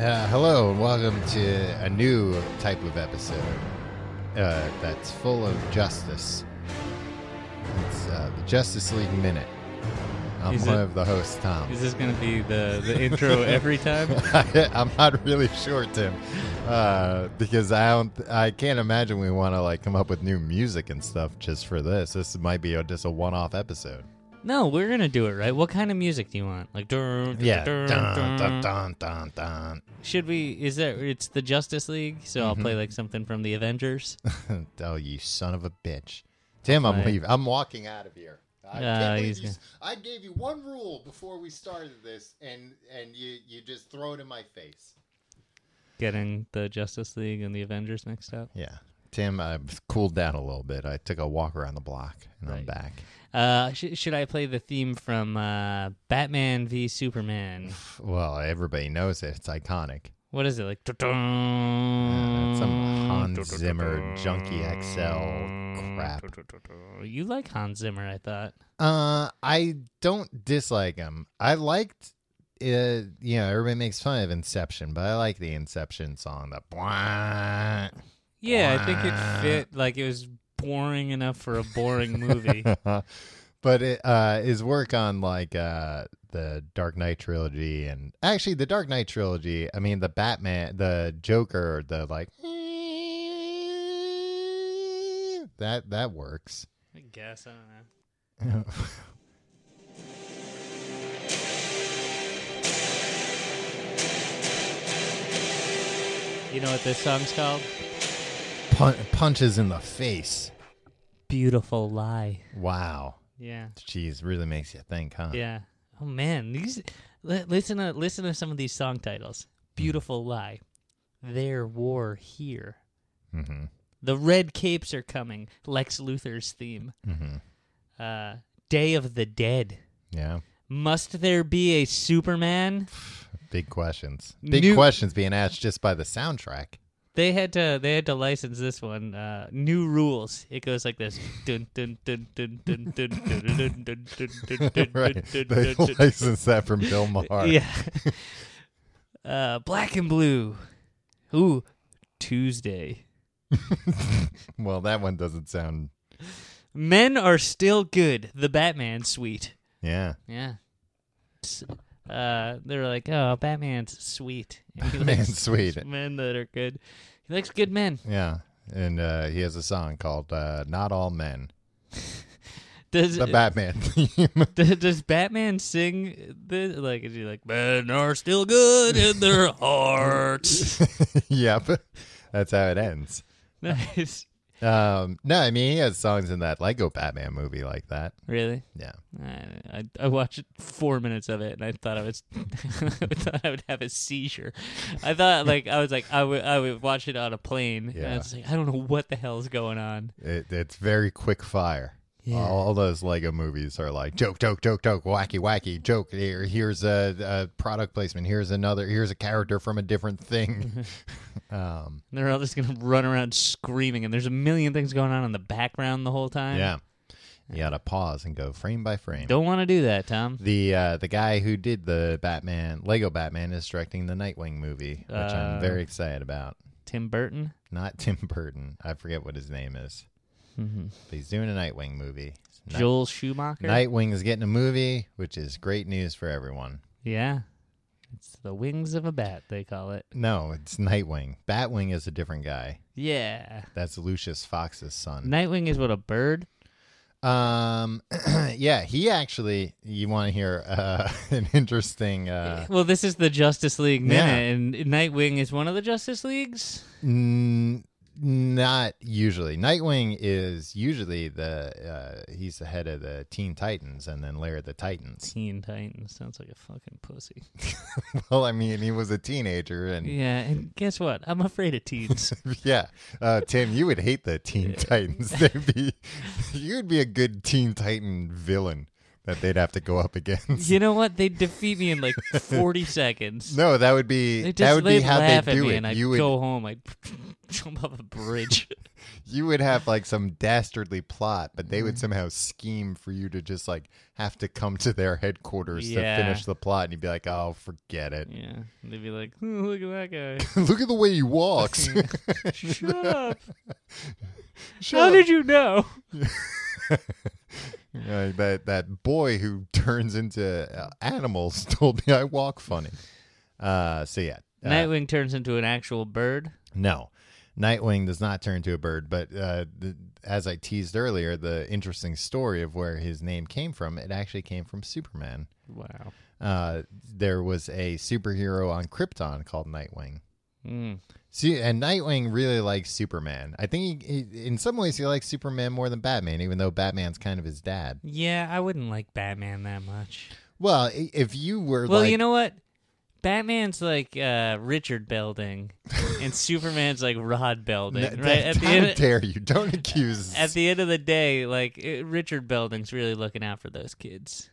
Uh, hello and welcome to a new type of episode uh, that's full of justice. It's uh, the Justice League Minute. I'm Is one it- of the hosts, Tom. Is this going to be the, the intro every time? I'm not really sure, Tim, uh, because I don't. I can't imagine we want to like come up with new music and stuff just for this. This might be a, just a one-off episode. No, we're going to do it right. What kind of music do you want? Like, dun, dun, Yeah. dun, Dun, dun, dun. dun, dun, dun. should we? Is that it's the Justice League? So Mm-hmm. I'll play like something from the Avengers. oh, you son of a bitch, Tim! I'm Right. leaving. I'm walking out of here. I, Yeah, can't believe he's you s- I gave you one rule before we started this, and and you you just throw it in my face. Getting the Justice League and the Avengers mixed up. Yeah, Tim, I've cooled down a little bit. I took a walk around the block, and I'm Right. back. Uh, sh- should I play the theme from uh, Batman v Superman? Well, everybody knows it. It's iconic. What is it like? dun, Uh, dun, it's some dun, Hans dun, Zimmer dun, Junkie XL dun, crap. dun, dun, dun, dun. You like Hans Zimmer? I thought. Uh, I don't dislike him. I liked, uh, you know, everybody makes fun of Inception, but I like the Inception song. The blah. Yeah, I think Blah. it fit. Like it was boring enough for a boring movie. but it, uh, his work on like uh, the Dark Knight trilogy and actually the Dark Knight trilogy. I mean, the Batman, the Joker, the like that that works. I guess I don't know. You know what this song's called? Pun- punches in the face. Beautiful Lie. Wow. Yeah. Jeez, really makes you think, huh? Yeah. Oh man, these li- listen to listen to some of these song titles. Beautiful Lie. Their war here. Mm-hmm. The red capes are coming. Lex Luthor's theme. Mm-hmm. Uh, Day of the Dead. Yeah. Must there be a Superman? Big questions. Big New- questions being asked just by the soundtrack. They had to they had to license this one. Uh, new rules. It goes like this. Dun, dun, dun, dun, dun, dun, dun, dun, dun, dun, dun, dun, right. dun, They dun, dun. licensed that from Bill Maher. Yeah. Uh, black and blue. Ooh, Tuesday. Well, that one doesn't sound. Men are still good. The Batman suite. Yeah. Yeah. S- Uh, they're like, oh, Batman's sweet. And he Man, likes sweet. men that are good. He likes good men. Yeah. And uh, he has a song called uh, Not All Men, Does the Batman theme. Does, does Batman sing this? Like, is he like, men are still good in their hearts? yep. That's how it ends. nice. Um, no, I mean, he has songs in that Lego Batman movie like that. Really? Yeah. I, I, I watched four minutes of it and I thought I was, I thought I would have a seizure. I thought like I was like I would I would watch it on a plane. And I Yeah. was like I don't know what the hell's going on. It, it's very quick fire. Yeah. All those Lego movies are like joke, joke, joke, joke, wacky, wacky, joke. Here, here's a, a product placement. Here's another. Here's a character from a different thing. um, And they're all just gonna run around screaming and there's a million things going on in the background the whole time. yeah, you gotta pause and go frame by frame. Don't want to do that, Tom. the uh, the guy who did the Batman Lego Batman is directing the Nightwing movie, which I'm Uh, very excited about. Tim Burton. Not Tim Burton. I forget what his name is. But he's doing a Nightwing movie. Night- Joel Schumacher. Nightwing is getting a movie, which is great news for everyone. Yeah. It's the wings of a bat, they call it. No, it's Nightwing. Batwing is a different guy. Yeah. That's Lucius Fox's son. Nightwing is what a bird? Um, yeah, he actually. You want to hear uh, an interesting? Uh, Eh, well, this is the Justice League Yeah. minute, and Nightwing is one of the Justice Leagues. n- not usually. Nightwing is usually the uh, he's the head of the Teen Titans, and then Lair of the Titans. Teen Titans sounds like a fucking pussy. well, I mean, he was a teenager, and Yeah, and guess what? I'm afraid of teens. yeah, uh, Tim, you would hate the Teen Titans. They'd be, you'd be a good Teen Titan villain. that they'd have to go up against. You know what? They defeat me in like 40 seconds. No, that would be They that just would they be how laugh they at do me, it. and I You would go home. I jump off a bridge. you would have like some dastardly plot, but they Mm-hmm. would somehow scheme for you to just like have to come to their headquarters Yeah. to finish the plot, and you'd be like, "Oh, forget it. yeah, and they'd be like, "Hmm, "Look at that Look at the way he walks." guy! Shut up! Shut How up. did you know?" Uh, that that boy who turns into uh, animals told me I walk funny. Uh, so yeah, uh, Nightwing turns into an actual bird. no, Nightwing does not turn to a bird. But uh, the, as I teased earlier, the interesting story of where his name came from, it actually came from Superman. Wow. Uh, there was a superhero on Krypton called Nightwing. Mm. See, and Nightwing really likes Superman. I think he, he, in some ways he likes Superman more than Batman, even though Batman's kind of his dad. Yeah, I wouldn't like Batman that much. Well, i- if you were Well, like, you know what? Batman's like uh, Richard Belding, and Superman's like Rod Belding, N- right? that- At the how end, dare you? Don't accuse. at the end of the day, like it, Richard Belding's really looking out for those kids.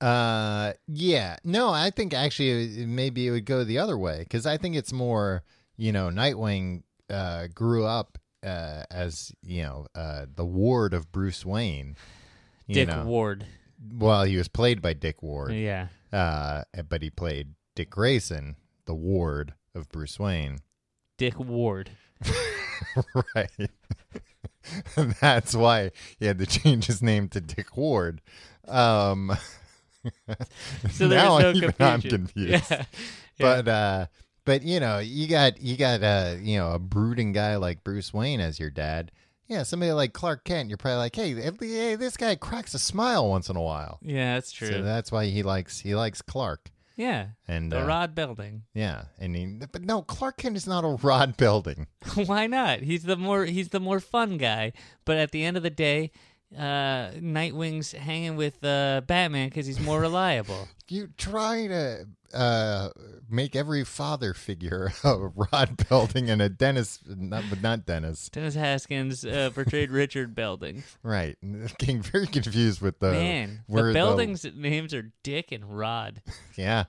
uh, yeah, no, I think actually it- it- maybe it would go the other way because I think it's more you know Nightwing uh, grew up uh, as you know uh, the ward of Bruce Wayne. You Dick know, Ward. well, he was played by Dick Ward, Yeah. uh, but he played Dick Grayson, the ward of Bruce Wayne. Dick Ward. right. And that's why he had to change his name to Dick Ward. Um, So there's now no even confusion. I'm confused. Yeah. Yeah. But uh, but you know, you got you got uh, you know a brooding guy like Bruce Wayne as your dad. Yeah, somebody like Clark Kent. You're probably like, hey, at le- hey this guy cracks a smile once in a while. Yeah, that's true. So that's why he likes he likes Clark. yeah. And The uh, Rod Belding. yeah, and he, but no, Clark Kent is not a rod building. Why not? He's the more he's the more fun guy. But at the end of the day, uh, Nightwing's hanging with uh, Batman because he's more reliable. you try to uh, make every father figure a Rod Belding and a Dennis, not, but not Dennis, Dennis Haskins uh, portrayed Richard Belding. right? Getting very confused with the Man, Uh, where um, the Beldings' names are Dick and Rod. yeah,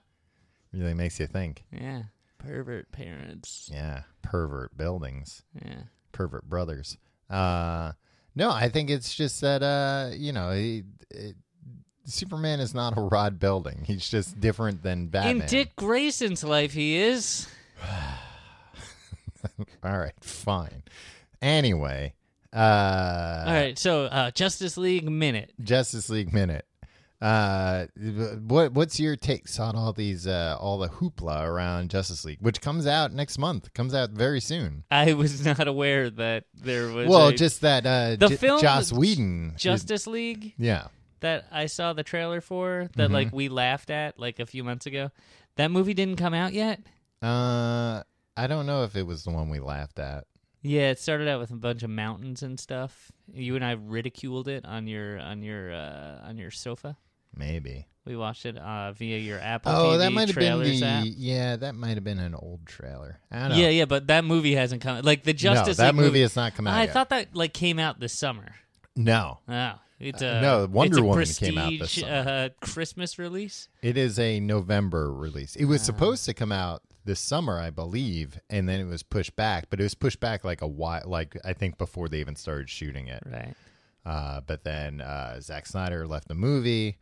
really makes you think. Yeah, pervert parents. Yeah, pervert buildings, Yeah, pervert brothers. Uh, no, I think it's just that uh, you know, he, it, Superman is not a Rod Belding. He's just different than Batman. in Dick Grayson's life, he is. All right, fine. Anyway, uh, All right, so uh, Justice League minute. Justice League minute. Uh, what what's your takes on all these uh all the hoopla around Justice League, which comes out next month? Comes out very soon. I was not aware that there was well, a just that uh, The J- film- Joss Whedon. is- Justice League. yeah, that I saw the trailer for Mm-hmm. that like we laughed at like a few months ago. That movie didn't come out yet. uh, I don't know if it was the one we laughed at. Yeah, it started out with a bunch of mountains and stuff. You and I ridiculed it on your on your uh, on your sofa. Maybe. We watched it uh, via your Apple. Oh, TV that might have been trailers the app. yeah, that might have been an old trailer. I don't Yeah, know. yeah, but that movie hasn't come. Like the Justice no, that League movie has not come out. I yet. thought that like came out this summer. no, Oh, it's Uh, a no, Wonder it's a Woman came out this prestige, summer. Uh, Christmas release. It is a November release. It was Ah. supposed to come out this summer, I believe, and then it was pushed back. But it was pushed back like a while, like I think before they even started shooting it. Right. Uh, but then uh, Zack Snyder left the movie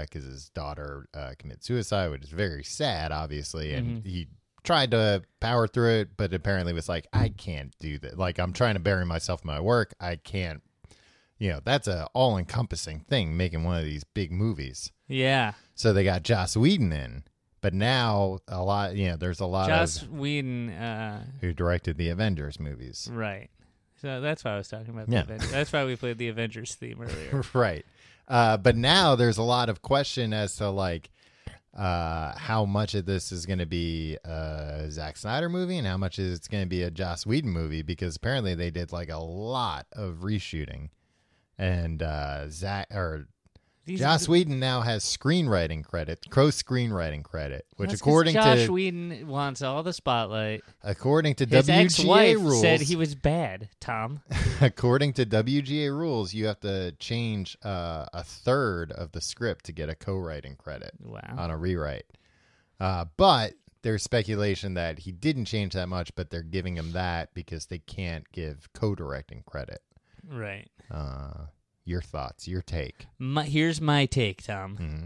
because his daughter uh, committed suicide, which is very sad, obviously. And he tried to power through it, but apparently was like, I can't do that. Like I'm trying to bury myself in my work. I can't. You know, that's a all encompassing thing. Making one of these big movies. Yeah. So they got Joss Whedon in, but now a lot, you know, there's a lot Joss of Whedon. Uh, who directed the Avengers movies, Right. So that's why I was talking about Yeah. the Avengers. That's why we played the Avengers theme earlier. right? Uh, but now there's a lot of question as to like uh, how much of this is going to be a Zack Snyder movie and how much is it's going to be a Joss Whedon movie because apparently they did like a lot of reshooting, and uh, Zack or These- Joss Whedon now has screenwriting credit, co screenwriting credit, which That's 'cause according Josh to Whedon wants all the spotlight. according to His WGA ex-wife rules, said he was bad. Tom, according to WGA rules, you have to change uh, a third of the script to get a co-writing credit wow. on a rewrite. Uh, but there's speculation that he didn't change that much, but they're giving him that because they can't give co-directing credit. Right. Uh, your thoughts, your take. My, here's my take, Tom. Mhm.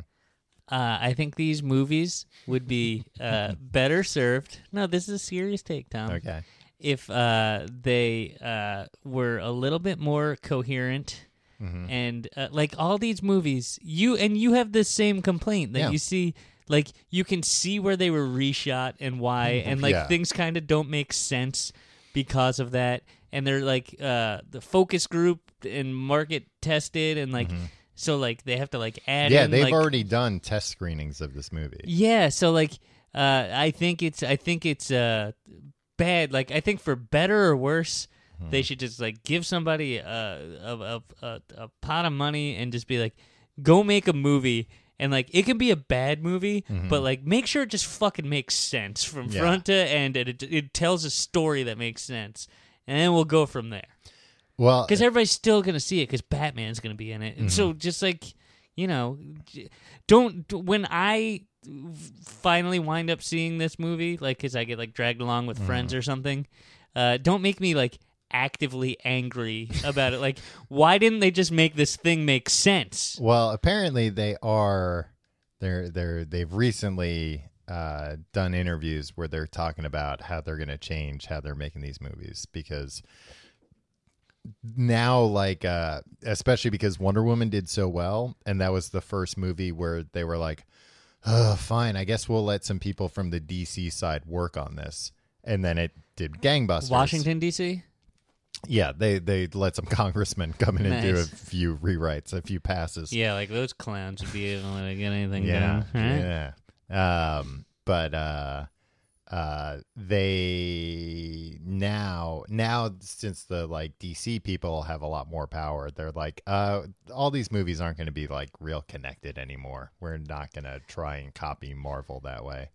Uh, I think these movies would be uh, better served. No, this is a serious take, Tom. Okay. If uh, they uh, were a little bit more coherent. Mm-hmm. And uh, like all these movies, you and you have this same complaint that Yeah. you see, like you can see where they were reshot and why, and like Mm-hmm. Yeah. things kind of don't make sense because of that. And they're like uh, the focus group and market tested, and like so like they have to like add. Mm-hmm. yeah, in, they've like- already done test screenings of this movie. yeah, so like uh I think it's I think it's uh bad. Like I think for better or worse, they should just like give somebody a a, a a a pot of money and just be like go make a movie and like it can be a bad movie, but like make sure it just fucking makes sense from Yeah. front to end and it it tells a story that makes sense. And then we'll go from there. Well, Because everybody's still gonna see it. Because Batman's gonna be in it, and so just like you know, j- don't d- when I f- finally wind up seeing this movie, like because I get like dragged along with friends or something. Uh, don't make me like actively angry about it. Like, why didn't they just make this thing make sense? Well, apparently they are they're they're they've recently uh, done interviews where they're talking about how they're going to change how they're making these movies because now like uh especially because Wonder Woman did so well and that was the first movie where they were like oh fine I guess we'll let some people from the DC side work on this and then it did gangbusters Washington D.C. yeah they they let some congressmen come in and do a Nice. few rewrites a few passes Yeah, like those clowns would be able to get anything yeah, done. right? Yeah. Um, but uh, uh, they now now since the like DC people have a lot more power, they're like, uh, all these movies aren't going to be like real connected anymore. We're not going to try and copy Marvel that way.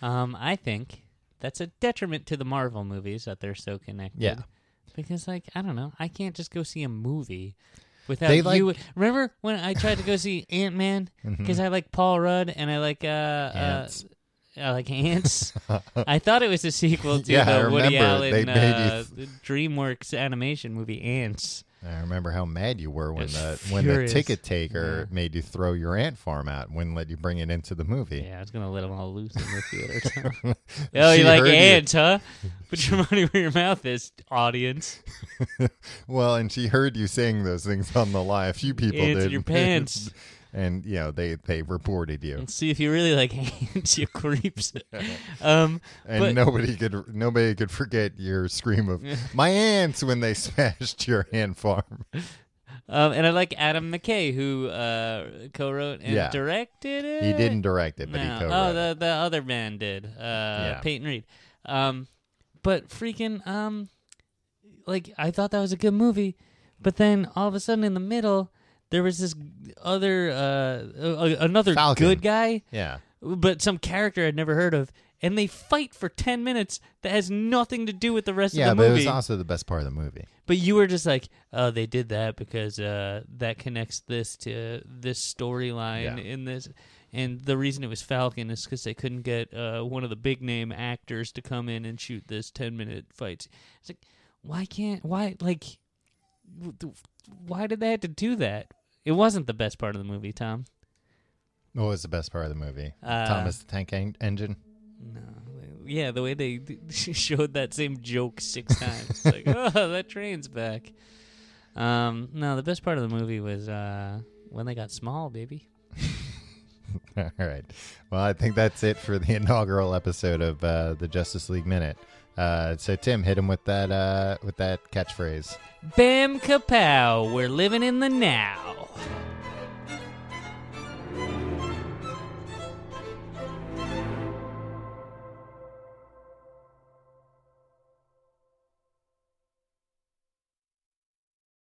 Um, I think that's a detriment to the Marvel movies that they're so connected. Yeah. Because like I don't know, I can't just go see a movie without They, like- Mm-hmm. you. Remember when I tried to go see Ant Man because I like Paul Rudd and I like uh, uh Ants. I like ants. I thought it was a sequel to Yeah, I the Woody remember. Allen They made you uh, DreamWorks animation movie Ants. I remember how mad you were when was the when the furious. ticket taker made you throw your ant farm out and wouldn't let you bring it into the movie. Yeah, I was gonna let them all loose in the theater. oh, you She like heard you. ants, huh? Put your money where your mouth is, audience. Well, and she heard you saying those things on the lie. A few people Ants did. in your pants. Mm. and you know they they reported you, and see if you really like ants, you creeps. um, and but- nobody could nobody could forget your scream of my ants when they smashed your ant farm. um, and I like Adam McKay who uh, co-wrote and Yeah. directed it. He didn't direct it, but Eh, No. he co-wrote. oh, it. the the other man did. Uh, Peyton Reed. Um, but freaking um, like I thought that was a good movie, but then all of a sudden in the middle there was this other uh, uh another Falcon. good guy Yeah, but some character I'd never heard of, and they fight for ten minutes that has nothing to do with the rest yeah, of the but it movie. was also the best part of the movie. But you were just like, oh, they did that because uh, that connects this to this storyline Yeah. in this. And the reason it was Falcon is because they couldn't get uh, one of the big name actors to come in and shoot this 10 minute fight. It's like, why can't, why, like, w- th- why did they have to do that? It wasn't the best part of the movie, Tom. What was the best part of the movie? Uh, Thomas the Tank En- Engine. No. Yeah, the way they d- showed that same joke six times. It's like, oh, that train's back. Um, no, the best part of the movie was uh, when they got small, baby. All right. Well, I think that's it for the inaugural episode of uh, the Justice League Minute. Uh, so Tim, hit him with that uh, with that catchphrase. Bam kapow, we're living in the now.